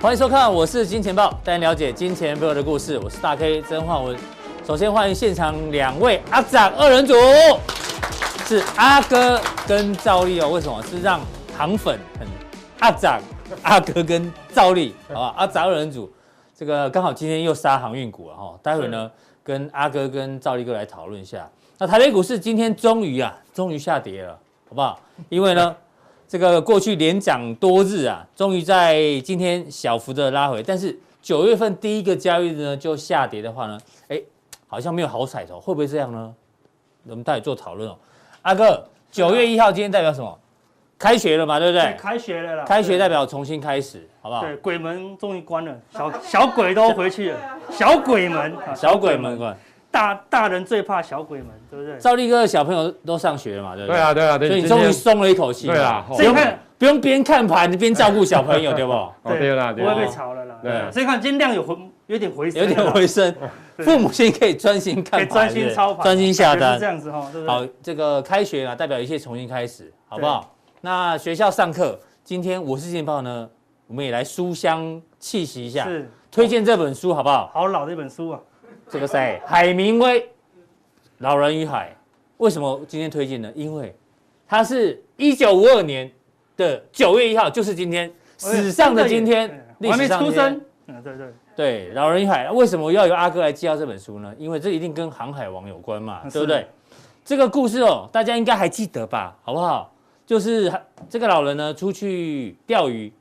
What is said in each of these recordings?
欢迎收看，我是金钱豹，带您了解金钱背后的故事。我是大 K 曾焕文。首先欢迎现场两位阿长二人组，是阿哥跟赵丽哦。为什么？是让糖粉很阿长、阿哥跟赵丽，好吧？阿长二人组，这个刚好今天又杀航运股了哈、待会呢，跟阿哥跟赵丽哥来讨论一下。那台北股市今天终于啊，终于下跌了，好不好？因为 呢。这个过去连涨多日啊，终于在今天小幅的拉回，但是九月份第一个交易日呢就下跌的话呢，哎，好像没有好彩头，会不会这样呢？我们待会做讨论哦。阿哥，九月一号今天代表什么？开学了嘛，对不对？开学了啦，开学对代表啊重新开始，好不好？对，鬼门终于关了，小小鬼都回去了，小鬼门，啊小鬼们，管大大人最怕小鬼门，对不对？赵立哥的小朋友都上学了嘛，对不对对？啊，对啊，对，所以你今终于天松了一口气嘛。对啦，哦不所以用看不用边看盘边照顾小朋友，对不？ 哦对啦，对不会被啦，炒了啦。对对，所以看今天量有回，有点回升有了啦，点回升，对父母亲可以专心看啊可以盘，专对不心对操盘，啊专心下感觉是单这。样子哈，对不对？好，这个开学啊，代表一切重新开始，好不好？那学校上课，今天我是劲报呢，我们也来书香气息一下，是推荐这本书好不好？好老的一本书啊，这个谁？海明威，《老人与海》。为什么今天推荐呢？因为它是一九五二年的九月一号，就是今天，哎史上的今天，历对哎我还史没上的出今天生，嗯，对对，对，《老人与海》为什么要由阿哥来介绍这本书呢？因为这一定跟航海王有关嘛，啊是对不对？这个故事哦，大家应该还记得吧，好不好？就是这个老人呢，出去钓鱼，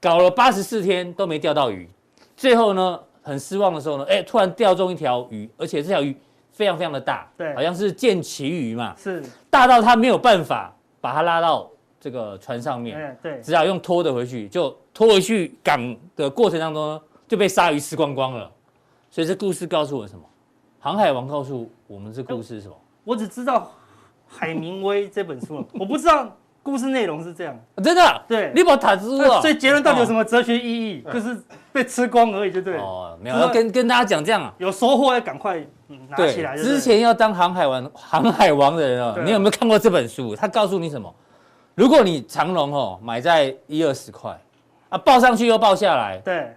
搞了八十四天都没钓到鱼，最后呢，很失望的时候呢，哎，突然钓中一条鱼，而且这条鱼非常非常的大，对好像是剑旗鱼嘛，是，大到他没有办法把它拉到这个船上面，哎，对，只好用拖的回去，就拖回去港的过程当中呢，就被鲨鱼吃光光了。所以这故事告诉我什么？航海王告诉我们这故事是什么？我只知道海明威这本书了，啊我不知道故事内容是这样，啊真的啊，对你把塔住那了。哎嗯所以结论到底有什么哲学意义？就是被吃光而已，就对了。哦，没有，知道要跟跟大家讲这样啊。有收获要赶快嗯拿起来。之前要当航海王航海王的人哦，对啊你有没有看过这本书？他告诉你什么？如果你长龙哦买在一二十块，啊报上去又报下来，对不对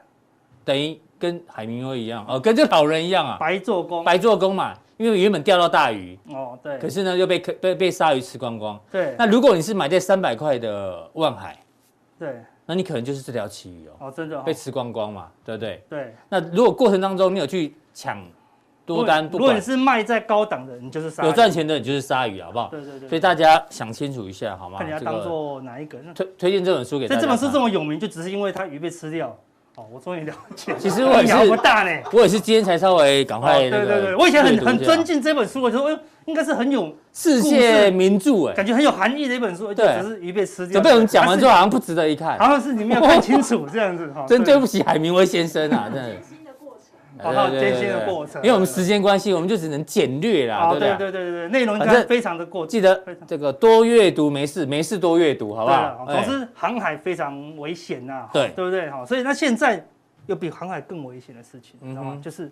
等于跟海明威一样，哦跟这老人一样啊，白做工白做工嘛，因为原本钓到大鱼，哦，对可是呢，又被可被被鲨鱼吃光光。对那如果你是买在三百块的万海，对那你可能就是这条旗鱼哦，哦，真的哦被吃光光嘛，对不对？对那如果过程当中你有去抢多单，如果不如果管你是卖在高档的，你就是傻有赚，钱的，你就是鲨鱼，啊好不好？对对所以对，大家想清楚一下，好吗？看你要这个当做哪一个。那推推荐这本书给大家。这这本书这，么有名，就只是因为它鱼被吃掉。哦，我终于了解。其实我也是哎鸟不大呢。我也是今天才稍微赶哦，快对那对个对，我以前阅很读一下很尊敬这本书，我觉得哎呦应该是很有世故界事名著，哎，感觉很有含义的一本书，就对只是鱼被吃掉。这被我们讲完之后它好像不值得一看是，，好像是你没有看清楚这样子哈。哦 真对不起海明威先生 啊，真的。新的过程。好好对对对艰辛的对过程因为我们时间关系，我们就只能简略啦，哦，啊对不对对？对对对对，内容应反该正非常的过激，记得非常这个多阅读没事，没事多阅读，好不好？对了哦哎总之航海非常危险呐、哦对对不对？哈，所以那现在有比航海更危险的事情，嗯哼你知道吗？就是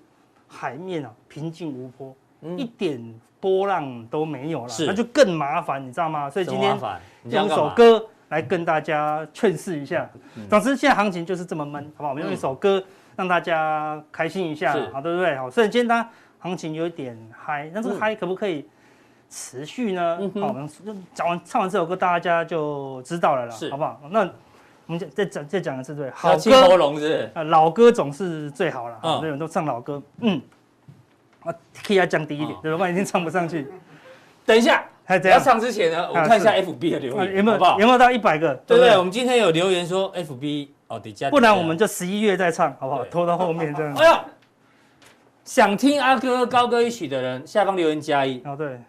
海面啊平静无波，嗯一点波浪都没有了是，那就更麻烦，你知道吗？所以今天真麻烦你这样用一干嘛首歌来跟大家劝世一下。嗯总之，现在行情就是这么闷，好不好？我们用一首歌让大家开心一下是，好，对不对？好，所以今天大家行情有点嗨，那这个嗨可不可以持续呢？嗯嗯哼好，我们讲完唱完这首歌，大家就知道了啦是，好不好？那我们再再讲再讲一次，对，好要歌进喉咙是不是？呃，老歌总是最好了，嗯很多人都唱老歌，嗯，啊，key 要降低一点嗯，对吧？不然一定唱不上去。等一下，还怎要样？唱之前呢，我看一下 FB 的留啊有言，没有好不好有？没有到一百个？对不对？我们今天有留言说 FB 哦，底下，不然我们就十一月再唱，好不好？对拖到后面 这样。哎呀，想听阿哥高歌一曲的人，下方留言加一。哦，对，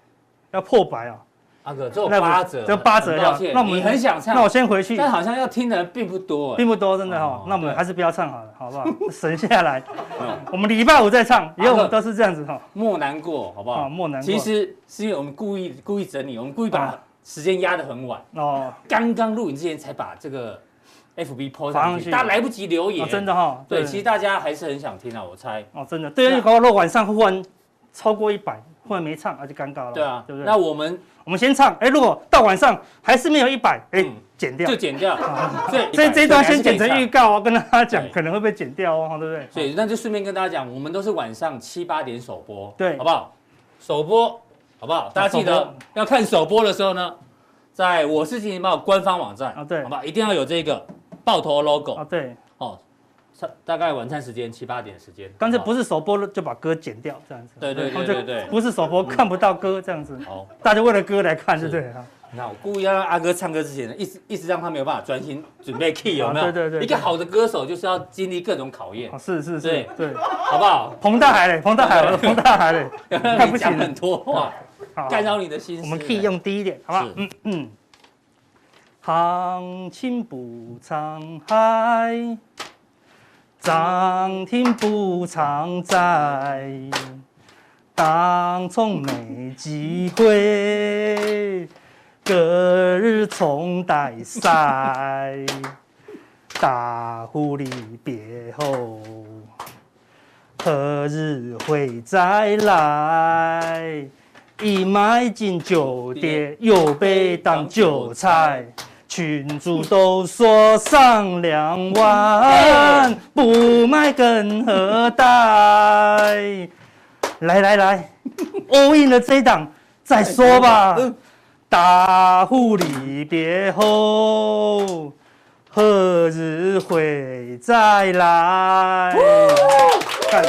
要破百啊！阿哥，这有那我八折，这八折很抱料歉，那我们你很想那我唱，先回去，但好像要听的人并不多，哎并不多，真的哈哦。那我们对哦还是不要唱好了，好不 好？省下来，我们礼拜五再唱，以后我们都是这样子哦哈。莫难过，好不好？啊莫难过其实是因为我们故意故意整理，我们故意把啊时间压得很晚，哦，刚刚录影之前才把这个 FB 抛发上上去，去大家来不及留言。哦真的哈。对，其实大家还是很想听啊，我猜。哦，真的，对，如果如果晚上忽然超过一百，忽然没唱，那就尴尬了，对啊，对不对？那我们我们先唱，哎，如果到晚上还是没有一百，哎嗯，剪掉就。剪掉，所以啊所以这一段先剪成所以还是可以预唱告，我哦跟大家讲对，可能会被剪掉哦，对不对？所以那就顺便跟大家讲，我们都是晚上七八点首播，对啊好不好？首播，好不好？大家记首得播要看首播的时候呢，在我是金钱豹官方网站啊对好不好？一定要有这个爆头 logo 啊，对，哦，差大概晚餐时间七八点的时间，干脆好不是首播就把歌剪掉，这样子。对对对他们就对对不是首播看不到歌这样子，好。好大家为了歌来看，是对不对？啊那我故意要让阿哥唱歌之前呢，一直一直让他没有办法专心准备 key，有没有？啊对对对对一个好的歌手就是要经历各种考验啊，，是是是对，对。好不好？彭大海嘞，彭大海，彭大海嘞，要让看 你 不起讲人很多话，好干扰你的心思。我们可以用低一点，好不好是？嗯嗯。行情不常海，涨停不常在，当冲没机会，隔日冲大赛，大户离别后。何日会再来？一买进酒店，又被当韭菜。群主都说上两万，不卖更合带。来来来，all in 的这一档再说哎吧。嗯大户离别后，何日会再来？看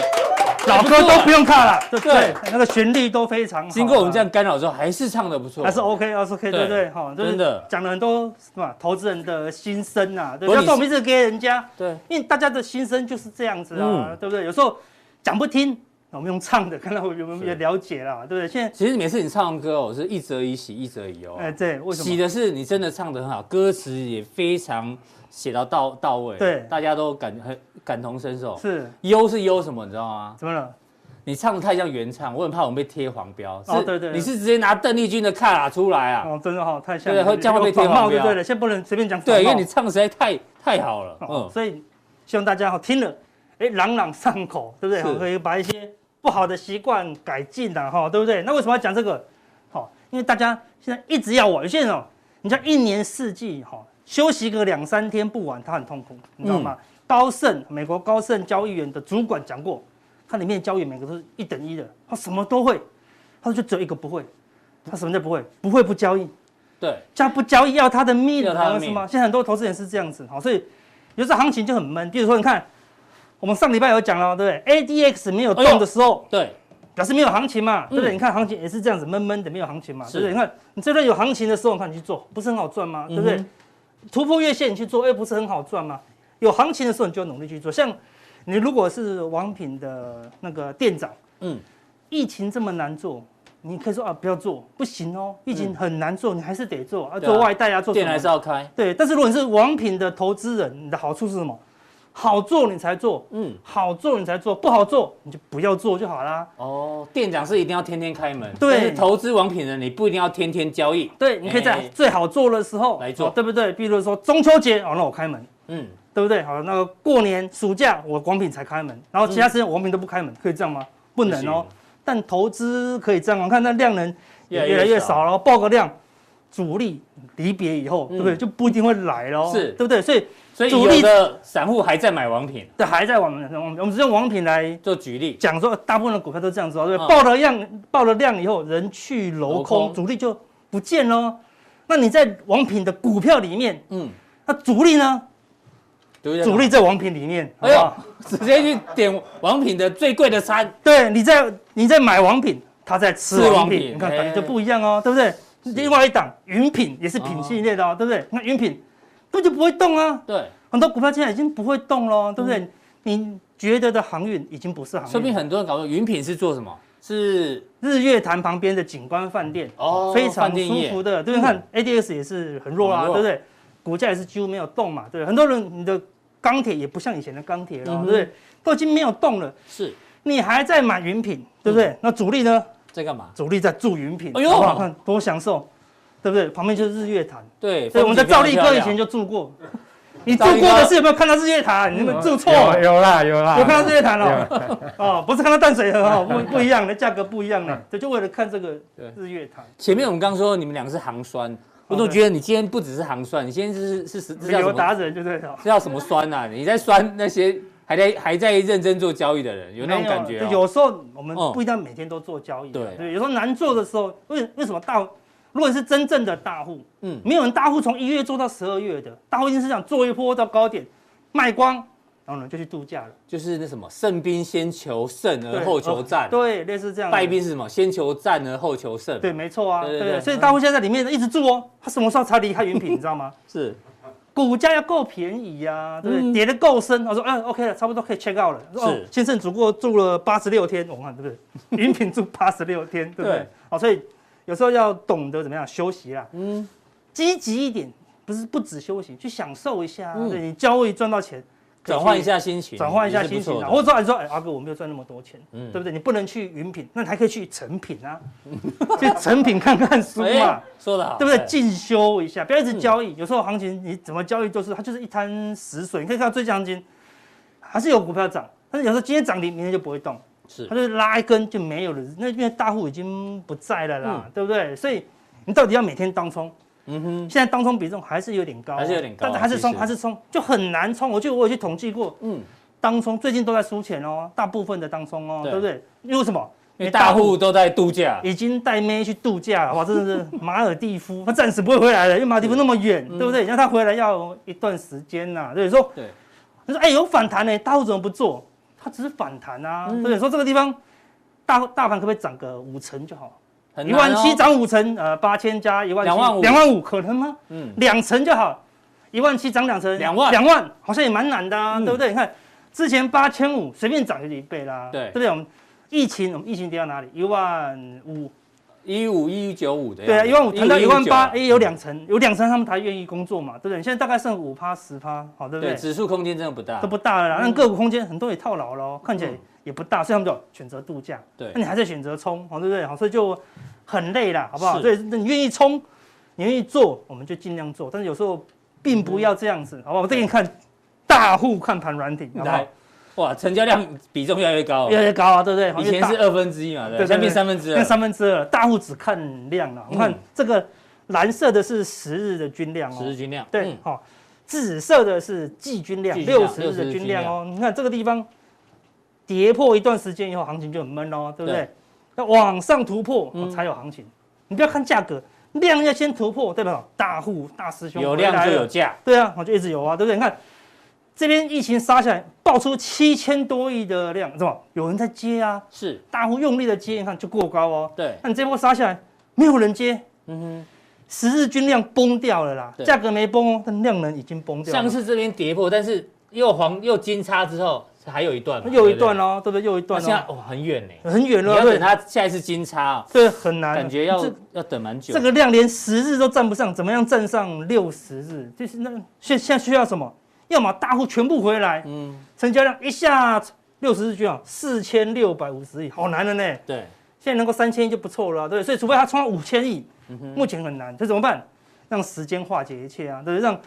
老歌都不用看了，对对对，那个旋律都非常 好。经过我们这样干扰之后，还是唱的不错，还是 OK，还是 OK，对不对对？哈，真的讲了很多什么投资人的心声啊，对，不不过要你说我们一直给人家，对，因为大家的心声就是这样子啊嗯，对不对？有时候讲不听，我们用唱的，看到有没有是也了解啦，对不对？现在，其实每次你唱歌哦，是一则以喜，一则以忧。哎，对，为什喜么？的是你真的唱得很好，歌词也非常写到到到位，对大家都感很感同身受。是忧是忧什么，你知道吗？怎么了？你唱的太像原唱，我很怕我们被贴黄标。是哦对对对你是直接拿邓丽君的卡拉出来啊？哦，真的哈，太像对了，会这样会被有仿贴黄冒标就对了，现在不能随便讲仿冒。对，因为你唱的实在太太好了，哦嗯，所以希望大家好听了，哎，朗朗上口，对不对？是好可以把一些不好的习惯改进的、哈，对不对？那为什么要讲这个？好、因为大家现在一直要我，有些人哦，你像一年四季哈、休息个两三天不玩，他很痛苦，你知道嗯吗？高盛，美国高盛交易员的主管讲过，他里面交易员每个都是一等一的，他什么都会，他就只有一个不会，他什么都不会，不会不交易。对，加不交易要他的命，要他的你命知道吗？现在很多投资人是这样子，好，所以有时候行情就很闷。比如说，你看我们上礼拜有讲了，对不对？ADX 没有哎动呦的时候，对，表示没有行情嘛，对不对？嗯你看行情也是这样子，闷闷的，没有行情嘛，是对不对？你看你这段有行情的时候，你看你去做，不是很好赚吗？对不对嗯？突破月线你去做，哎，不是很好赚吗？有行情的时候，你就要努力去做。像你如果是王品的那个店长，嗯，疫情这么难做，你可以说啊，不要做，不行哦，疫情很难做，你还是得做啊，嗯对啊做外带啊，做什店么还是要开，对。但是如果你是王品的投资人，你的好处是什么？好做你才做，嗯，好做你才做，不好做你就不要做就好啦。哦，店长是一定要天天开门，对但是投资王品人你不一定要天天交易，对，你可以在哎最好做的时候来做哦对不对？比如说中秋节哦，那我开门，嗯，对不对？好，那个过年暑假我王品才开门，然后其他时间我王品都不开门，可以这样吗？不能哦。但投资可以这样哦，看那量能也越来越少了，爆个量，主力离别以后，嗯对不对？就不一定会来了哦，是对不对？所以所以主有力的散户还在买王品，这还在我们我们我们只用王品来做举例，讲说，大部分的股票都这样子哦，对不嗯对？爆了量，爆了量以后，人去楼楼空空，主力就不见喽。那你在王品的股票里面，嗯，那主力呢？对不对啊主力在王品里面，哎哎呦呦，，直接去点王品的最贵的餐，对，你在你在买王品，他在吃吃王王品品，你看感哎觉就不一样哦，对不对？另外一档云品也是品系列的哦，对不对？那云品根本就不会动啊，对，很多股票现在已经不会动了，对不对？你觉得的航运已经不是嗯说航不定运，很多人搞不懂云品是做什么，是日月潭旁边的景观饭店，哦非常饭店舒业嗯服的，对不对？看 ADX 也是很弱啊，很弱对不对？股价也是几乎没有动嘛，对不对？很多人你的钢铁也不像以前的钢铁了，嗯哼对不对？都已经没有动了，是你还在买云品，对不对？嗯那主力呢？在干嘛？主力在住云品，哎呦好不好看多享受，对不对？旁边就是日月潭，对，所以我们在哎风景赵非力常漂哥 以亮前就住过。你做过的事有没有看到日月潭？你嗯们做错，有有啦有啦，有看到日月潭有啊哦， 哦，不是看到淡水河 哦，不不一样的价格不一样的，这就为了看这个对日月潭。前面我们刚说你们两个是行啊酸，我总觉得你今天不只是行酸，你今天是是是旅知道游什达么人就对了，知道什么酸啊？你在酸那些还在还在认真做交易的人，有那种感觉、没哦。有有时候我们嗯不一定要每天都做交易啊，对对，有时候难做的时候，为为什么大？如果你是真正的大户，嗯，没有人大户从一月做到十二月的，大户一定是想做一波到高点，卖光，然后呢就去度假了，就是那什么，胜兵先求胜而对嗯后求战，对，类似这样的。败兵是什么？先求战而后求胜，对，，没错啊，对对对对嗯所以大户现在在里面一直住哦，他什么时候才离开云品，你知道吗？是股价要够便宜呀、对不对？嗯跌得够深，我说，嗯，OK 了，差不多可以 check out 了。说哦是，先生只不过住了八十六天，我看对不 对？云品住八十六天，对不对对？好，所以有时候要懂得怎么样休息啦，嗯嗯，积极一点，不是不止休息，去享受一下啊、嗯对你交易赚到钱，可以转换一去下心情，转换一下也是不心情错的啊，或者说你说，哎，阿哥我没有赚那么多钱，嗯对不对？你不能去云品，那你还可以去成品啊， 去成品看看书嘛哎，说的好，对不对？哎嗯进修一下，不要一直交易。有时候行情你怎么交易都是它就是一滩死水。你可以看到最近行情还是有股票涨，但是有时候今天涨停，明天就不会动，它是就是拉一根就没有了。那因为大户已经不在了啦，嗯对不对？所以你到底要每天当冲？嗯哼，现在当冲比重还是有点高哦，还是有点高但是还是其冲，实还是冲，就很难冲。我就我有去统计过，嗯，当冲最近都在输钱哦，大部分的当冲哦，对对不对？因为什么？因为大户都在度假，已经带妹去度假了，哇，真的是马尔蒂夫， 他暂时不会回来了，因为马尔蒂夫那么远，嗯对不对？让他回来要一段时间呐、所以说，对，他说，哎、有反弹呢、大户怎么不做？他只是反弹啊，嗯对不对？说这个地方大大盘可不可以涨个五成就好？很一难万哦七，涨五成，呃，八千加一万七， 25,000两万五可能吗？嗯，两成就好，一万七涨两成，两万两万好像也蛮难的啊，嗯对不对？你看之前八千五随便涨就一倍啦，对对不对？我们疫情，我们疫情跌到哪里？一万五。一五一九五的样子，对啊，一万五谈到一万八，哎， 15,195有两成，有两成他们才愿意工作嘛，对不对？现在大概剩五趴十趴，好，对不对，对？指数空间真的不大都，不大了啦，那个股空间很多也套牢了哦，看起来嗯也不大，所以他们就选择度假。对那你还在选择冲，好，对不对？好，所以就很累啦，好不好？是所以那你愿意冲，你愿意做，我们就尽量做，但是有时候并不要这样子，好不好？我再给你看大户看盘软体，好不好嗯来？，哇，成交量比重越来越高哦，越来越高啊，对不对？好以前是二分之一嘛，对，对对对现在变三分之那二，三分之二，大户只看量啊了。我嗯们看这个蓝色的是十日的均量十日哦，均量，对嗯，好、紫色的是季均量季，均量六十日60的日均量哦。你看这个地方跌破一段时间以后，行情就很闷哦，对不对对？要往上突破、嗯哦、才有行情。你不要看价格，量要先突破，对吧？大户大师兄有回来量就了有价，对啊，我就一直有啊，对不对？你看这边疫情杀下来，爆出七千多亿的量，是吧？有人在接啊，是，大户用力的接，你看就过高哦。对，那你这波杀下来，没有人接，嗯十日均量崩掉了啦对，价格没崩哦，但量能已经崩哼，掉了。上次这边跌破，但是又黄又金叉之后，还有一段嘛，又一段哦，哦，对不对？又一那段现在哦，哦很远呢，很远你了，要对等它下一次金叉哦，对，很难啊，感觉要这要等蛮久，这个量连十日都站不上，怎么样站上六十日？就是那现现在需要什么？要么大户全部回来，嗯，成交量一下六十日均啊，四千六百五十亿，好难了呢。对，现在能够三千亿就不错了啊、对不对，所以除非它冲到五千亿，目前很难，这怎么办？让时间化解一切啊，对不对？让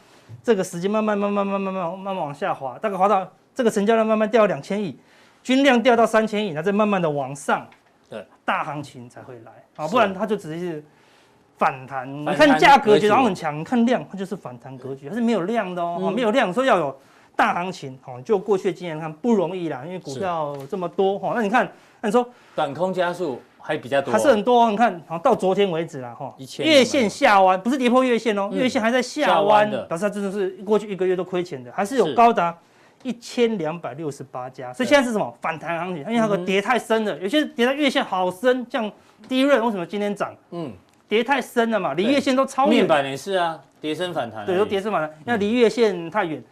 这个时间慢慢慢慢慢慢慢慢慢往下滑，大概滑到这个成交量慢慢掉到两千亿，均量掉到三千亿，然后再慢慢的往上，对，大行情才会来啊，是不然它就只是反弹。你反弹看价格格觉局得好像很强，你看量它就是反弹格局，它是没有量的哦，嗯哦没有量，所以要有大行情哦。就过去的经验看不容易啦，因为股是票这么多哦，那你看，那你说。短空加速还比较多，还是很多、哦。你看，好到昨天为止啦，哈1000，月线下弯不是跌破月线哦，嗯月线还在下下弯弯，的表示它真的是过去一个月都亏钱的，还是是有高达一千两百六十八家。所以对现在是什么反弹行情？因为它嗯个哼跌太深了，有些跌在月线好深，像第一润为什么今天涨？嗯，跌太深了嘛，离对月线都超面远，板嗯也是啊，跌升反弹，对，都跌，升反弹，那离月线太远，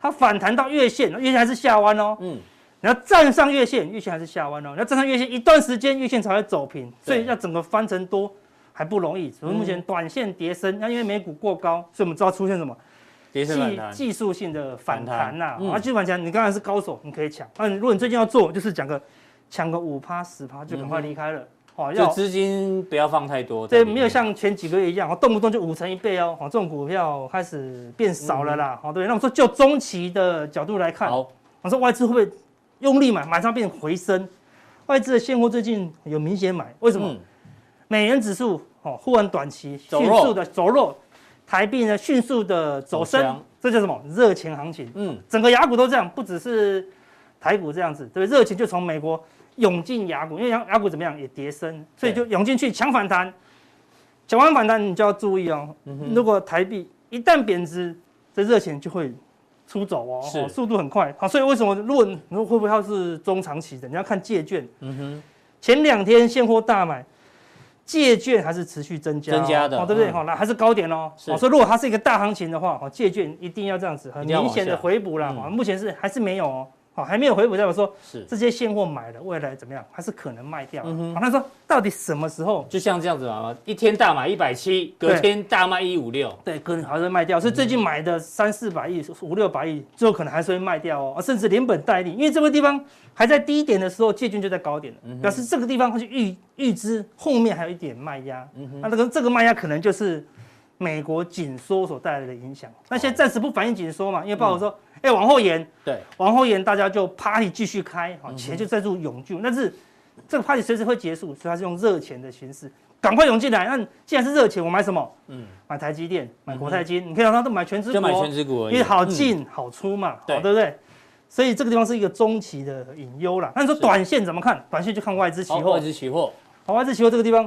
它反弹到月线，月线还是下弯哦。嗯，你要站上月线，月线还是下弯哦。你要站上月线一段时间，月线才会走平，所对嗯以要整个翻成多还不容易。所以目前短线跌升，那、因为美股过高，所以我们知道出现什么跌升反技弹，技术性的反弹呐、反弹嗯啊，技术反弹，你刚才是高手，你可以抢。那、你如果你最近要做，就是讲个抢个五趴十趴就赶快离开了，哦，嗯就要资金不要放太多在这里面。没有像前几个月一样，哦动不动就五成一倍哦，哦，这种股票开始变少了嗯啦。好、对，那我说就中期的角度来看，好，我说外资会不会用力买，马上变回升？外资的现货最近有明显买，为什么？嗯美元指数哦，忽然短期走迅弱速的走弱，台币呢迅速的走走升强，这叫什么？热钱行情。嗯，整个雅股都这样，不只是台股这样子，对不对？热情就从美国涌进雅股，因为雅雅股怎么样也跌升，所以就涌进去抢反弹，抢完反弹你就要注意哦。嗯哼如果台币一旦贬值，这热钱就会出走哦，是哦速度很快。好，所以为什么论如果会不会它是中长期的？你要看借券，嗯哼，前两天现货大买。借券还是持续增加哦、增加的哦，对不对？嗯好、那还是高点哦。是哦，所以如果它是一个大行情的话，哦，借券一定要这样子，很一定要啊明往显的下回补啦。嗯哦，目前是还是没有哦，哦，还没有回补，代表说是，这些现货买了，未来怎么样？还是可能卖掉。哦嗯哼好，那说到底什么时候？就像这样子嘛，一天大买一百七，隔对天大卖一五六，对，可能还是卖掉，所以嗯最近买的三四百亿、五六百亿，最后可能还是会卖掉哦，啊甚至连本带利，因为这个地方还在低点的时候，借券就在高点了，嗯表示这个地方它去预预知后面还有一点卖压，嗯那这个这个卖压可能就是美国紧缩所带来的影响。那现在暂时不反映紧缩嘛，因为鲍尔说，嗯哎、往后延，对，往后延，大家就 party 继续开，嗯好，钱就再度涌进，但是这个 party 随时会结束，所以它是用热钱的形式，赶快涌进来。那既然是热钱，我买什么？嗯，买台积电，买国泰金，你可以让他都买全资股就哦，买全指股而已，因为好嗯，进好出嘛，对好对不对？所以这个地方是一个中期的隐忧啦。那你说是短线怎么看？短线就看外资期好，或货者，是期货，好，外资期货这个地方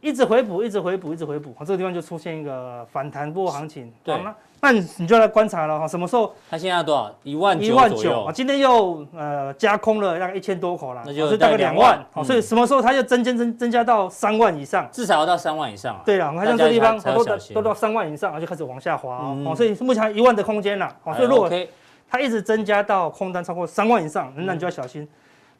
一直回补，一直回补，一直回补，好，这个地方就出现一个反弹波行情。对好那那你你就来观察了哈，什么时候它现在多少？一万一九万左九啊，右，今天又呃加空了大概一千多口啦，那就哦所以大概大概两两万万，好，嗯所以什么时候它就增增增增加到三万以上？至少要到三万以上啊。对了，我们看像大家这地方才才好要多小都心都到三万以上，然后就开始往下滑哦嗯，哦所以目前还一万的空间啦，哦，哎所以如果 OK，嗯它一直增加到空单超过三万以上，那你就要小心，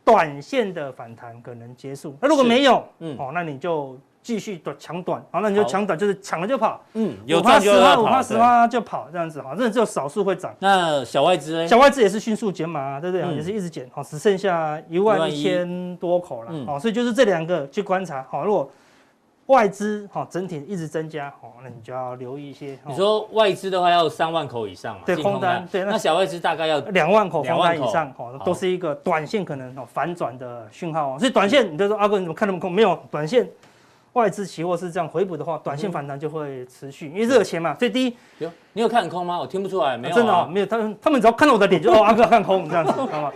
短线的反弹可能结束。那如果是没有，嗯哦，那你就继续短抢短，好，那你就好抢短，就是抢了就跑，嗯，有趴赚就十要趴跑五趴十对趴就跑这样子，好，哦真的只有少数会涨。那小外资呢？小外资也是迅速减码、啊，对不对？嗯也是一直减，好，只剩下一万一千多口了，嗯好、所以就是这两个去观察，好，如果外资好、整体一直增加，好、那你就要留意一些，哦你说外资的话要三万口以上嘛？对净空单对那呃那小外资大概要两万口两空万单以上，口哦好，都是一个短线可能哦反转的讯嗯号哦，所以短线你就说阿哥你怎么看那么空？没有，短线外资期货是这样回补的话，嗯短线反弹就会持续，因为热钱嘛，所以第一有你有看空吗？我听不出来，没有啊，真的哦没有，他们他们只要看到我的脸就哦阿哥看空 这样子，好吗？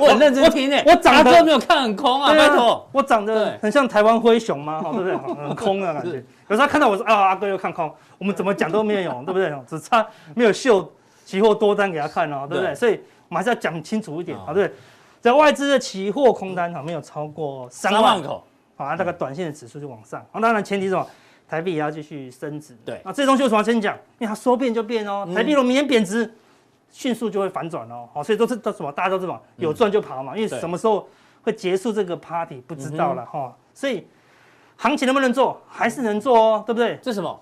我很认真听诶，我我长阿得哥没有看很空啊，对拜托，我长得对很像台湾灰熊吗？哦，对不对？哦很空的感觉。有时候他看到我说啊，阿哥又看空，我们怎么讲都没有 用，对不对？哦只差没有秀期货多单给他看哦，对不对？对所以我们还是要讲清楚一点，啊哦好，对不对。在外资的期货空单哦哈没有超过三三万万，口，好，那大嗯概短线的指数就往上。好，当然前提是什么？台币也要继续升值。对嗯啊，这东西为什么要先讲？因为它说变就变哦，台币如果明天贬值，迅速就会反转哦。好，所以都是都什么？大家都是什么？有赚就跑嘛，因嗯为对嗯什么时候会结束这个 party 不知道了哈、所以行情能不能做，还是能做哦，对不对？这什么？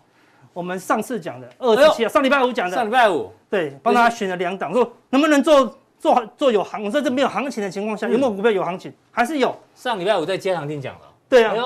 我们上次讲的二十七，上礼拜五讲的哎上，礼拜五对，帮大家选了两档，说能不能做做做有行？我说这没有行情的情嗯况下，有没有股票有行情？还是有，上礼拜五在街上听讲了，对啊。哎呦，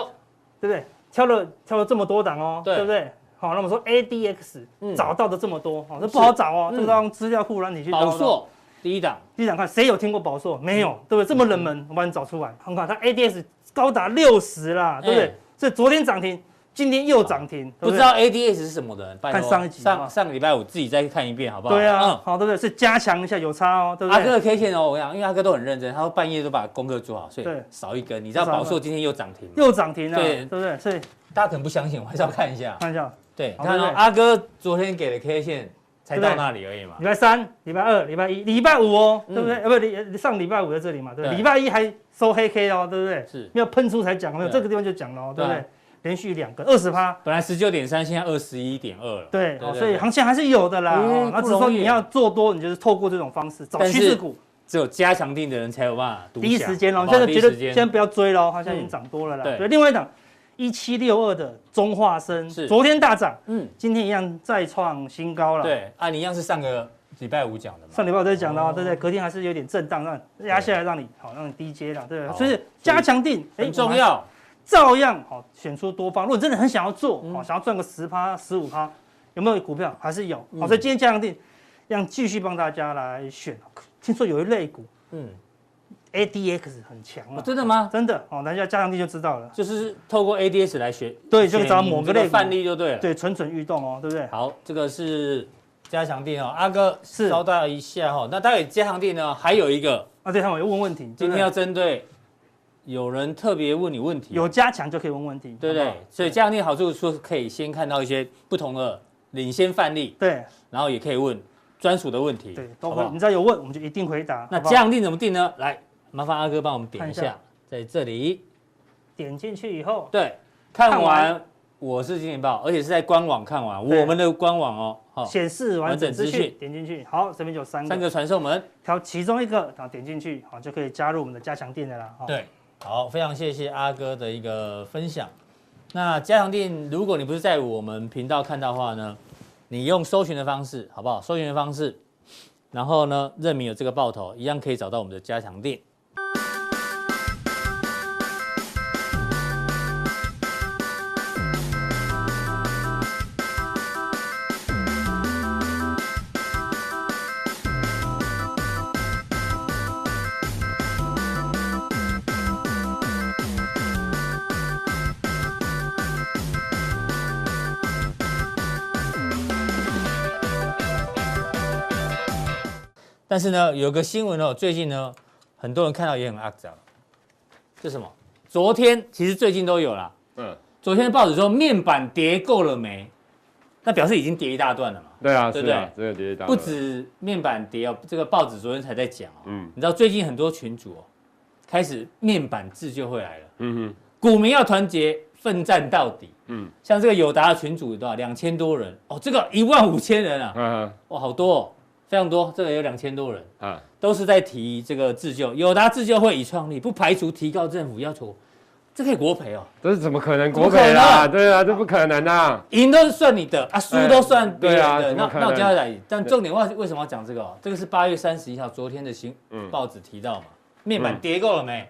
对不对？挑了挑了这么多档哦，对对不对？好，那我们说 ADX、嗯找到的这么多，哦，这不好找哦，嗯这个当资料库让你去找宝到。硕嗯第一档，第一档看谁有听过宝硕？没有，对不对？这么冷门，我帮你找出来，很好，它 ADX 高达六十啦，对不哎对？所以昨天涨停，今天又涨停，对啊不对知道 ADS 是什么的，拜托看上一集好不上好上个礼拜五自己再看一遍好不好？对啊，嗯。好，对不对？所以加强一下有差哦，对不阿哥对？的 K 线哦，我跟你讲，因为阿哥都很认真，他会半夜都把功课做好，所以对少一根。你知道少一根宝硕今天又涨停吗，又涨停了，对啊对不对？所以大家可能不相信，我还是要看一下。看一下，对，好你看对哦不对阿哥昨天给的 K 线才对不到对那里而已嘛礼。拜三、礼拜二、礼拜一、礼拜五哦，啊嗯对不对？呃，不，礼上礼拜五在这里嘛，对不对对？礼拜一还收黑 K 哦，对不对？是没有喷出才讲，没有对这个地方就讲了哦，对不对对？连续两个二十趴，本来十九点三，现在二十一点二了。对，哦对所以行情还是有的啦。哎哦那只是不说容易你要做多，你就是透过这种方式找但是趋势股，只有加强定的人才有办法独第一享时间好咯，不好现在觉第一得时间嗯现在不要追喽，它现在已经涨多了啦。对对，另外一档一七六二的中化生，是昨天大涨，嗯，今天一样再创新高了。对啊，你一样是上个礼拜五讲的嘛。上礼拜我在讲哦了，对不对？隔天还是有点震荡，让压下来，让你好，让你低接了，对不好对？所以加强定很重，要，哎照样好选出多方。如果真的很想要做，嗯好想要赚个十趴、十五趴，有没有股票？还是有。嗯好，所以今天嘉良定要继续帮大家来选。听说有一类股嗯， ADX 很强啊哦，真的吗？真的哦，等一下嘉良定就知道了。就是透过 ADS 来学，对就找选某个这类股范例就对了。对，蠢蠢欲动哦，对不对？好，这个是加强店哦，阿哥是交代一下哈、哦。那待会加强店呢，还有一个，啊，对，他们有问问题，今天要对不针对有人特别问你问题，对有加强就可以问问题，对不好对好？所以加强店好处是可以先看到一些不同的领先范例，对然后也可以问专属的问题，对，都好不会，好你只要有问，我们就一定回答。那好不好加强店怎么定呢？来，麻烦阿哥帮我们点一看一下下，在这里，点进去以后，对，看完看完我是金钱豹，而且是在官网看完，对我们的官网哦，好、显示完整资完整资讯讯，点进去，好，这边就有三三个，个传送门。挑其中一个，然后点进去，好，就可以加入我们的加强店的啦。哦好，对，好，非常谢谢阿哥的一个分享。那加强店，如果你不是在我们频道看到的话呢，你用搜寻的方式，好不好？搜寻的方式，然后呢，认明有这个爆头，一样可以找到我们的加强店。但是呢，有个新闻哦，最近呢，很多人看到也很肮脏，这是什么？昨天其实最近都有啦。嗯，昨天的报纸说面板跌够了没？那表示已经跌一大段了嘛。对啊，对是不啊，这个跌打不，止面板跌哦，这个报纸昨天才在讲哦。嗯你知道最近很多群主哦，开始面板自救会来了，嗯股民要团结，奋战到底。嗯像这个友达的群主有多少？两千多人哦，这个一万五千人啊哼，，啊哇，好多哦，非常多，这个有两千多人，啊，都是在提这个自救。友达自救会已创立，不排除提高政府要求，这可以国赔哦，这是怎么可能怎么国可能赔啦？对啊，这不可能啊！赢都算你的啊，输都算别人的。哎哎对啊那怎么可那能我接下来，但重点为为什么要讲这个、哦？这个是八月三十一号昨天的新嗯报纸提到嘛，面板嗯跌够了没？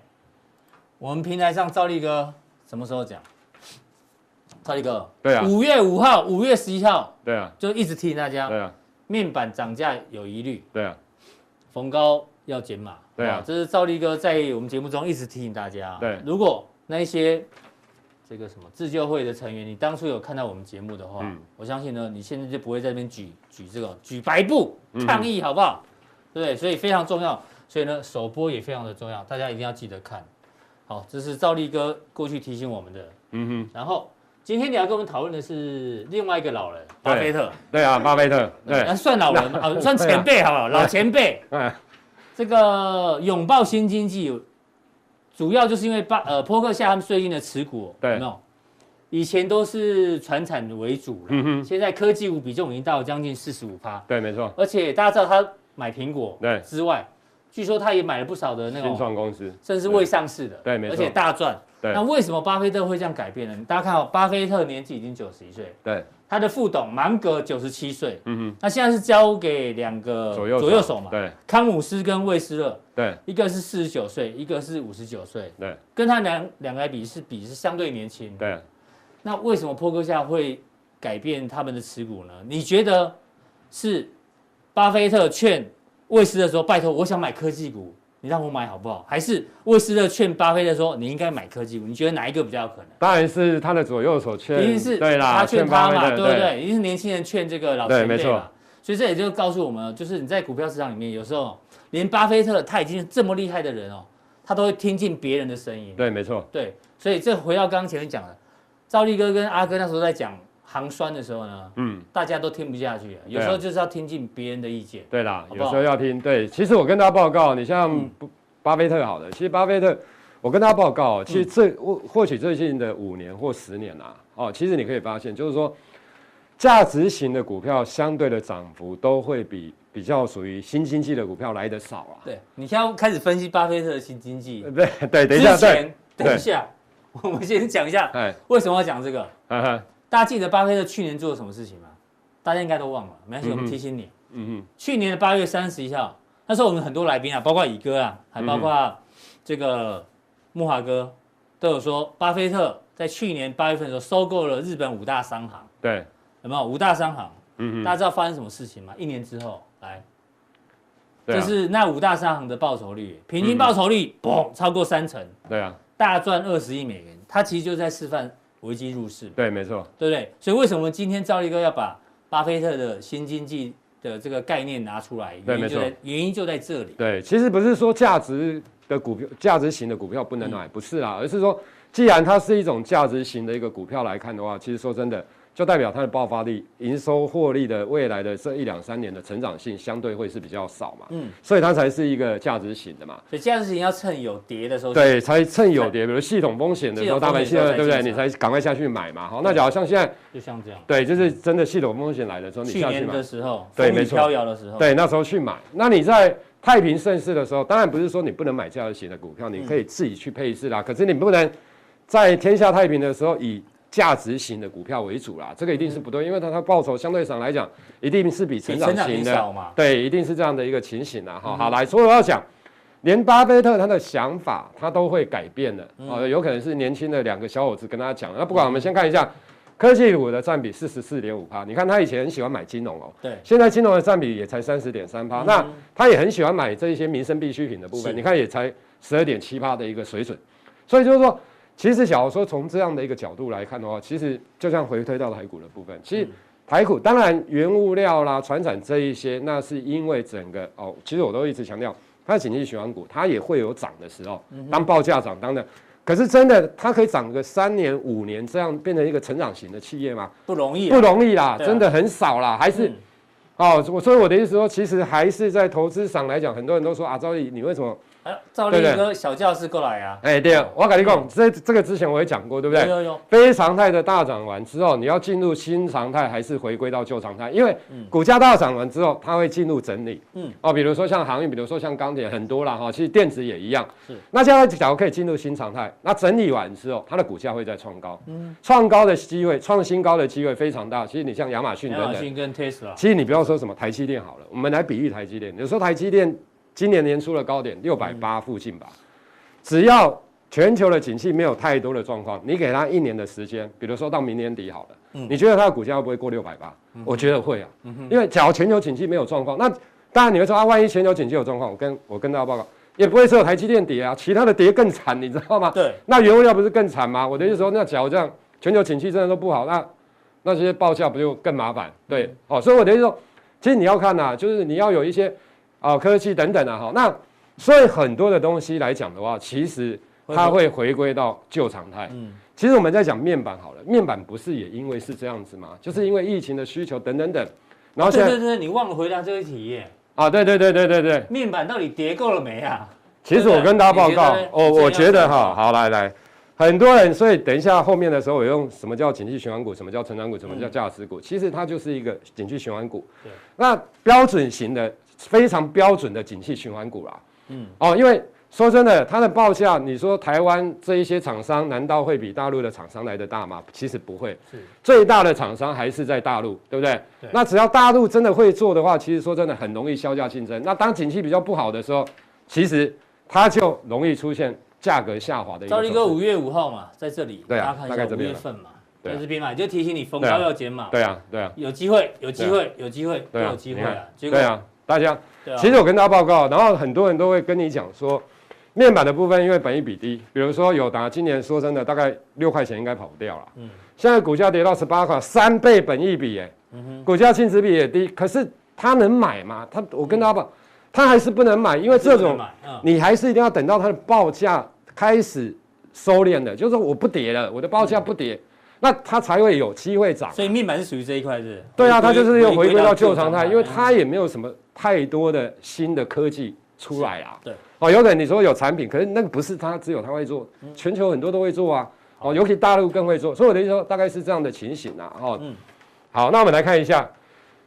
我们平台上赵力哥什么时候讲？赵力哥，对啊五月五号、五月十一号对啊，就一直提醒大家，对啊，面板涨价有疑虑，对啊，逢高要减码。对啊好不好这是赵力哥在我们节目中一直提醒大家。啊对如果那一些这个什么自救会的成员，你当初有看到我们节目的话，嗯我相信呢，你现在就不会在那边举举这个举白布嗯抗议，好不好？对不对？所以非常重要，所以呢，首播也非常的重要，大家一定要记得看。好，这是赵力哥过去提醒我们的。嗯然后今天你要跟我们讨论的是另外一个老人，对巴菲特，哼，对啊，巴菲特，对啊啊，，算老人 嘛，好，算前辈好不好？老前辈。哎，这个拥抱新经济，主要就是因为巴呃波克夏他们最近的持股，哦对有没有？以前都是船产为主了，嗯哼现在科技股比重已经到将近四十五趴，对，没错，而且大家知道他买苹果对之外，据说他也买了不少的那新种，创公司，甚至未上市的，对没错而且大赚。对那为什么巴菲特会这样改变呢？大家看哦，巴菲特年纪已经九十一岁，对，他的副董芒格九十七岁，嗯那现在是交给两个哼，左右呃左右手嘛，对康姆斯跟魏斯勒。对一个是四十九岁，一个是五十九岁，对跟他两两个来比是比是相对年轻。对，啊那为什么坡哥下会改变他们的持股呢？你觉得是巴菲特劝魏斯勒说：“拜托，我想买科技股，你让我买好不好？”还是魏斯勒劝巴菲特说：“你应该买科技股？”你觉得哪一个比较有可能？当然是他的左右手劝，一定是对啦，他劝他巴嘛，菲特对不？对？一定是年轻人劝这个老对前辈没错嘛。所以这也就告诉我们，就是你在股票市场里面，有时候连巴菲特他已经这么厉害的人哦，他都会听进别人的声音。对，没错，对，所以这回到刚刚前面讲的，赵力哥跟阿哥那时候在讲行酸的时候呢，嗯。啊大家都听不下去啊了，有时候就是要听进别人的意见。对啦，好有不好嗯时候要听。对，其实我跟大家报告，你像不巴菲特好了，其实巴菲特，我跟大家报告，哦其实嗯这或或许最近的五年或十年啊，哦，其实你可以发现，就是说，价值型的股票相对的涨幅都会比比较属于新经济的股票来的少啊。对，你现在开始分析巴菲特的新经济。 对对，等一下，之对，前等一下，我们先讲一下哎，为什么要讲这个。哈哈，大家记得巴菲特去年做了什么事情吗？大家应该都忘了，没关系，嗯我哼们提醒你。嗯去年的八月三十一号，嗯那时候我们很多来宾啊，包括乙哥啊，还包括这个木华哥，都有说，巴菲特在去年八月份的时候收购了日本五大商行，对，有没有？五大商行，嗯大家知道发生什么事情吗？一年之后，来，对这啊，嗯是那五大商行的报酬率，平均报酬率嘣超过三成，对啊，大赚二十亿美元。他其实就在示范危机入市，对，没错，对不对？所以为什么今天赵立哥要把巴菲特的新经济的这个概念拿出来？对原因就没在错原因就在这里。对，其实不是说价值的股票、价值型的股票不嗯能买，不是啦，而是说，既然它是一种价值型的一个股票来看的话，其实说真的，就代表它的爆发力、营收获利的未来的这一两三年的成长性相对会是比较少嘛，嗯嗯，所以它才是一个价值型的嘛。所以这样事情要趁有跌的时候去对，才趁有跌，比如系统风险的时候，系统大风盘险现在的时候对不对？才进你场才赶快下去买嘛。好，那假如像现在，就像这样，对，就是真的系统风险来的时候，你去下去年买的。时候，对风雨没错飘摇的时候，对，那时候去买。那你在太平盛世的时候，当然不是说你不能买价值型的股票，嗯你可以自己去配置啦。可是你不能在天下太平的时候以价值型的股票为主啦，这个一定是不对，因为它它报酬相对上来讲，一定是比成比长成长型型的少嗯嘛，对，一定是这样的一个情形啦。哈、好，来，所以我要讲。连巴菲特他的想法，他都会改变的嗯啊、哦有可能是年轻的两个小伙子跟他讲。那不管，我们先看一下科技股的占比四十四点五趴。你看他以前很喜欢买金融哦，对现在金融的占比也才三十点三趴。那他也很喜欢买这一些民生必需品的部嗯是分，你看也才十二点七趴的一个水准。所以就是说，其实假如说从这样的一个角度来看的话，其实就像回推到台股的部分，其嗯实台股当然原物料啦、船产这一些，那是因为整个哦，其实我都一直强调，它景气循环股它也会有涨的时候，嗯当报价涨，当然。可是真的，它可以涨个三年、五年，这样变成一个成长型的企业吗？不容易啊，不容易啦，对啊真的很少啦，还是、嗯哦，我所以我的意思说，其实还是在投资上来讲，很多人都说啊，赵丽，你为什么？哎赵立对哥小教室过来啊，哎、对了，我跟你讲，这这个之前我也讲过，对不对？啊有有有，非常态的大涨完之后，你要进入新常态还是回归到旧常态？因为股价大涨完之后，它会进入整理。嗯嗯，哦，比如说像航运，比如说像钢铁，很多啦哈。其实电子也一样。是那现在假如可以进入新常态，那整理完之后，它的股价会再创高。嗯，创高的机会，创新高的机会非常大。其实你像亚马逊亚等马等，逊哎跟 Tesla，其实你不要说什么台积电好了，我们来比喻台积电。有时候台积电今年年初的高点六百八附近吧，只要全球的景气没有太多的状况，你给它一年的时间，比如说到明年底好了，你觉得它的股价会不会过六百八？我觉得会啊，因为假如全球景气没有状况，那当然你会说啊，万一全球景气有状况，我跟我跟大家报告，也不会只有台积电跌啊，其他的跌更惨，你知道吗？对，那原物料不是更惨吗？我的意思说，那假如这样，全球景气真的都不好，那那些报价不就更麻烦？对，好、所以我的意思说，其实你要看呐、就是你要有一些啊、科技等等啊，好，那所以很多的东西来讲的话，其实它会回归到旧常态。嗯其实我们在讲面板好了，面板不是也因为是这样子吗？就是因为疫情的需求等等等，然后对现在对对，你忘了回答这个题耶，啊，对对对对对对，面板到底跌够了没啊？其实我跟大家报告哦对，不对我你觉得呢我觉得哈，好来来，很多人，所以等一下后面的时候，我用什么叫景气循环股，什么叫成长股，什么叫价值股，其实它就是一个景气循环股嗯对。那标准型的，非常标准的景气循环股啦。嗯嗯，哦，因为说真的，它的报价，你说台湾这一些厂商，难道会比大陆的厂商来的大吗？其实不会是，最大的厂商还是在大陆，对不对？对那只要大陆真的会做的话，其实说真的很容易削价竞争。那当景气比较不好的时候，其实它就容易出现价格下滑的一个赵走势。立哥五月五号嘛，在这里，对啊大家看大概一下这五边月啊份嘛，对啊在这边嘛，就提醒你逢对啊高要减码，对啊，对啊，有机会，有机对啊会，有机会，都对啊，有机会你看啊，结果对，啊，大家对啊，其实我跟大家报告，然后很多人都会跟你讲说，面板的部分因为本益比低，比如说友达今年说真的大概六块钱应该跑不掉了，嗯嗯，现在股价跌到十八块，三倍本益比、哎，嗯股价净值比也低，可是他能买吗？他我跟大家报，他还是不能买，因为这嗯不能种买嗯你还是一定要等到它的报价开始收敛的，就是说我不跌了，我的报价不跌，嗯那它才会有机会涨啊。所以面板是属于这一块是？对啊，它就是又回归到旧旧常态，因为它也没有什么太多的新的科技出来啦。对，哦，有可能你说有产品，可是那个不是它只有它会做，嗯全球很多都会做啊。哦，尤其大陆更会做，所以我的意思说，大概是这样的情形啊。哦，嗯好，那我们来看一下，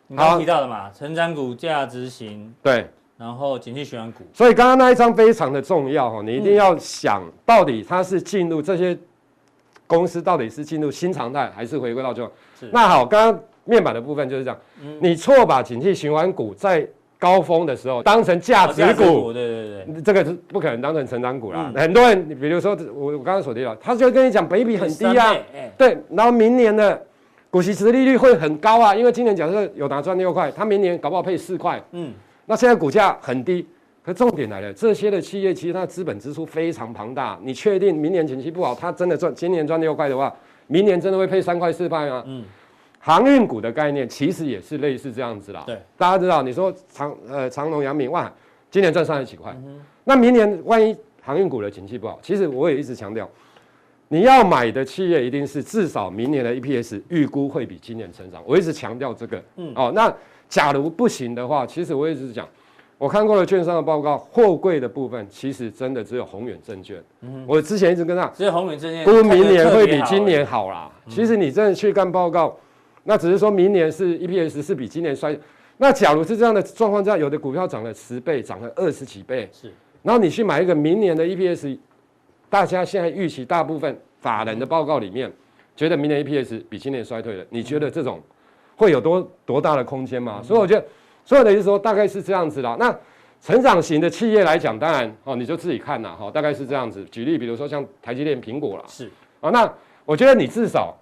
你刚刚好提到的嘛，成长股、价值型，对，然后景气循环股，所以刚刚那一张非常的重要哦，你一定要想到底它是进入这些公司到底是进入新常态，还是回归到旧是？那好，刚刚面板的部分就是这样，你错把景气循环股在高峰的时候当成价值哦价股，对对对，这个是不可能当成成长股啦。很多人，你比如说我我刚刚所提到，他就跟你讲北比很低啊三倍，哎对，然后明年的股息值利率会很高啊，因为今年假设有拿赚六块，他明年搞不好配四块，嗯，那现在股价很低。可重点来了，这些的企业其实它的资本支出非常庞大。你确定明年景气不好，它真的赚今年赚六块的话，明年真的会配三块四块吗？嗯嗯，航运股的概念其实也是类似这样子啦。对，大家知道，你说长呃长隆、阳明、万海今年赚三十几块，嗯那明年万一航运股的景气不好，其实我也一直强调，你要买的企业一定是至少明年的 EPS 预估会比今年成长，我一直强调这个。嗯，哦，那假如不行的话，其实我一直讲，我看过了券商的报告，货柜的部分其实真的只有宏远证券。我之前一直跟他所以宏远证券估明看哎年会比得特别好今年好啦。其实你真的去干报告，那只是说明年是 EPS 是比今年衰。那假如是这样的状况下，有的股票涨了十倍，涨了二十几倍，是，然后你去买一个明年的 EPS，大家现在预期大部分法人的报告里面，觉得明年 EPS 比今年衰退了，你觉得这种会有多多大的空间吗？所以我觉得，所有的意思说大概是这样子啦。那成长型的企业来讲，当然哦，你就自己看啦，哈、大概是这样子。举例，比如说像台积电、苹果啦，是啊，那我觉得你至少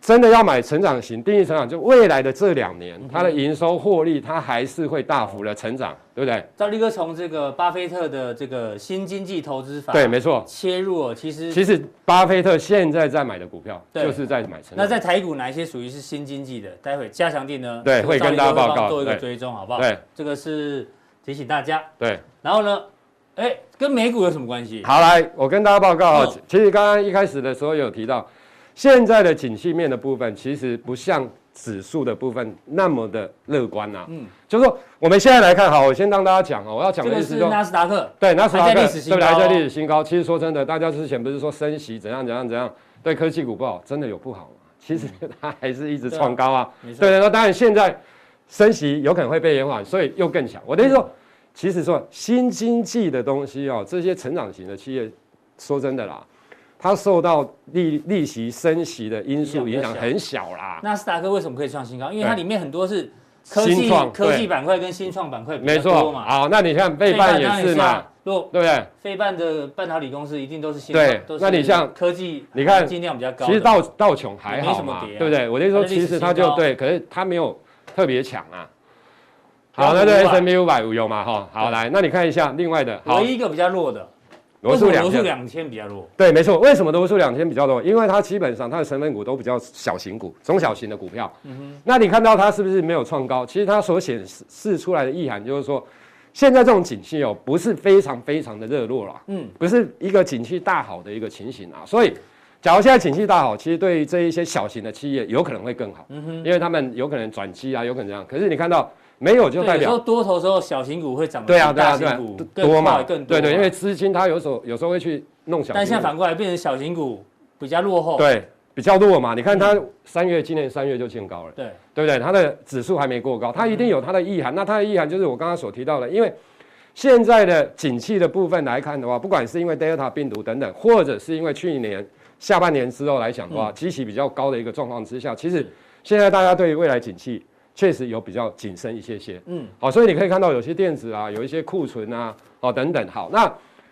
真的要买成长型，定义成长，就未来的这两年，它的营收获利，它还是会大幅的成长，对不对？赵力哥从这个巴菲特的这个新经济投资法对，没错。切入哦，其实其实巴菲特现在在买的股票，对就是在买成那长。在台股哪一些属于是新经济的？待会加强定呢？对这个会赵跟力哥大家报帮告做一个对追踪，好不好？对，这个是提醒大家。对，然后呢，哎，跟美股有什么关系？好来，我跟大家报告哦嗯，其实刚刚一开始的时候有提到，现在的景气面的部分其实不像指数的部分那么的乐观呐、嗯，就是说我们现在来看，好，我先让大家讲哦，我要讲这的个意思是就是。纳斯达克，对，纳斯达还克在对历史新不对？高哦还在历史新高。其实说真的，大家之前不是说升息怎样怎样怎样，对科技股不好，真的有不好吗？其实嗯它还是一直创高啊。没错，对，那当然现在升息有可能会被延缓，所以又更强。我的意思说，其实说新经济的东西哦，这些成长型的企业，说真的啦，它受到利利息升息的因素影响影比较响小很小啦。纳斯达克为什么可以创新高？因为它对里面很多是科技新创科技对板块跟新创板块比没较多错，嘛。好，那你看费倍半也是嘛，。如果对不对？啊费半的半导体公司一定都是新创，对都是那你像科技，你看尽量比较高的。其实道道琼还也好嘛，没什么跌啊对不对？我就说，其实它它就的历史新高对，可是它没有特别强啊。标好，普那这500 S M U 百五有嘛？哈，好对来，那你看一下另外的，好唯，一一个比较弱的，罗为什素么两罗素千，两千比较弱？对，没错。为什么罗素两千比较多？因为它基本上它的成分股都比较小型股、中小型的股票。嗯那你看到它是不是没有创高？其实它所显示示出来的意涵就是说，现在这种景气哦，不是非常非常的热络啦。嗯，不是一个景气大好的一个情形啊。所以，假如现在景气大好，其实对于这一些小型的企业有可能会更好，嗯因为他们有可能转机啊，有可能这样。可是你看到没有就对，代有时候表。多头时候小型股会涨得对啊，比对大啊，对啊型股，更多快嘛，更多对嘛。对，因为资金它有时候有时候会去弄小型股，但现在反过来变成小型股比较落后。对比较弱嘛。你看它嗯三月，今年三月就见高了，对对不对？它的指数还没过高，它一定有它的意涵。那它的意涵就是我刚刚所提到的，因为现在的景气的部分来看的话，不管是因为 Delta 病毒等等，或者是因为去年下半年之后来讲的嗯话，基期比较高的一个状况之下，其实现在大家对于未来景气确实有比较谨慎一些些。嗯嗯，好，所以你可以看到有些电子啊，有一些库存啊，哦等等。好，那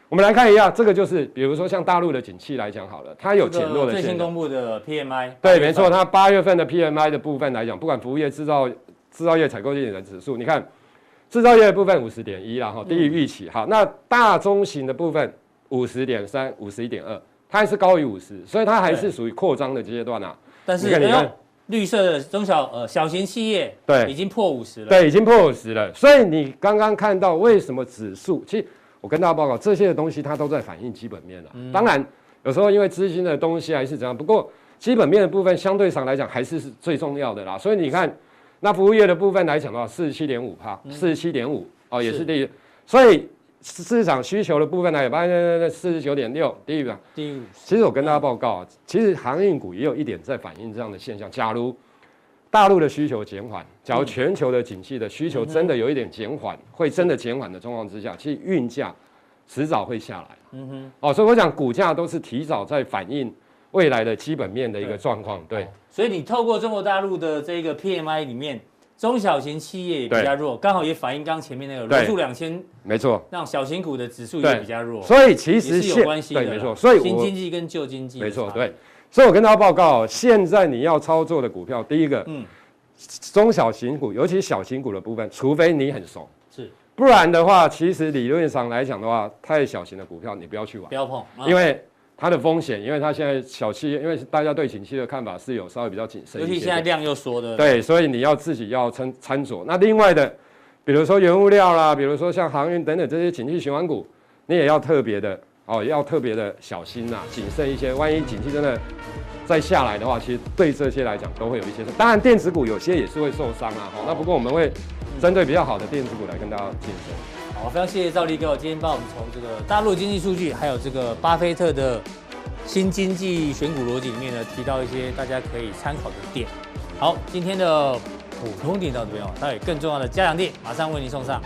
我们来看一下，这个就是比如说像大陆的景气来讲好了，它有减这弱个的最现新象。公布的 PMI，对，没错，，它八月份的 PMI 的部分来讲，不管服务业、制造、制造业采购经理人指数，你看制造业的部分五十点一啦，哈，低于预期。好，那大中型的部分五十点三、五十一点二，它还是高于五十，所以它还对是属于扩张的阶段啊。但是你看你哎呦看，绿色的中小呃小型企业对已经破五十了。对，已经破五十了。所以你刚刚看到为什么指数，其实我跟大家报告，这些的东西它都在反映基本面了、当然，有时候因为资金的东西还是怎样，不过基本面的部分相对上来讲还是是最重要的啦。所以你看，那服务业的部分来讲的话，四十七点五帕，四十七点五哦，也是是第一。所以市市场需求的部分呢，也发现四十九点六，低于吧。第五十其实我跟大家报告啊，其实航运股也有一点在反映这样的现象。假如大陆的需求减缓，假嗯如全球的景气的需求真的有一点减缓，会真的减缓的状况之下，其实运价迟早会下来。嗯哼，哦，所以我讲股价都是提早在反映未来的基本面的一个状况。对，所以你透过中国大陆的这个 PMI 里面，中小型企业也比对较弱，刚好也反映刚前面那个对罗素两千，没错。让小型股的指数也比较弱，所以其也实是有现关系的对啦。没错，所以新我经济跟旧经济的没错差别对，所以我跟大家报告，现在你要操作的股票，第一个，嗯中小型股，尤其小型股的部分，除非你很熟，是不然的话，其实理论上来讲的话，太小型的股票你不要去玩不，要碰，啊因为它的风险，因为它现在小企业，因为大家对景气的看法是有稍微比较谨慎尤一些的，其现在量又缩的，对，所以你要自己要参参酌。那另外的，比如说原物料啦，比如说像航运等等这些景气循环股，你也要特别的哦，要特别的小心呐、谨慎一些。万一景气真的再下来的话，其实对这些来讲都会有一些。当然，电子股有些也是会受伤啊。哦，那不过我们会针对比较好的电子股来跟大家竞争。好，非常谢谢赵力哥，今天帮我们从这个大陆经济数据，还有这个巴菲特的新经济选股逻辑里面呢，提到一些大家可以参考的点。好，今天的普通点到这边哦，待会更重要的加强点马上为您送上。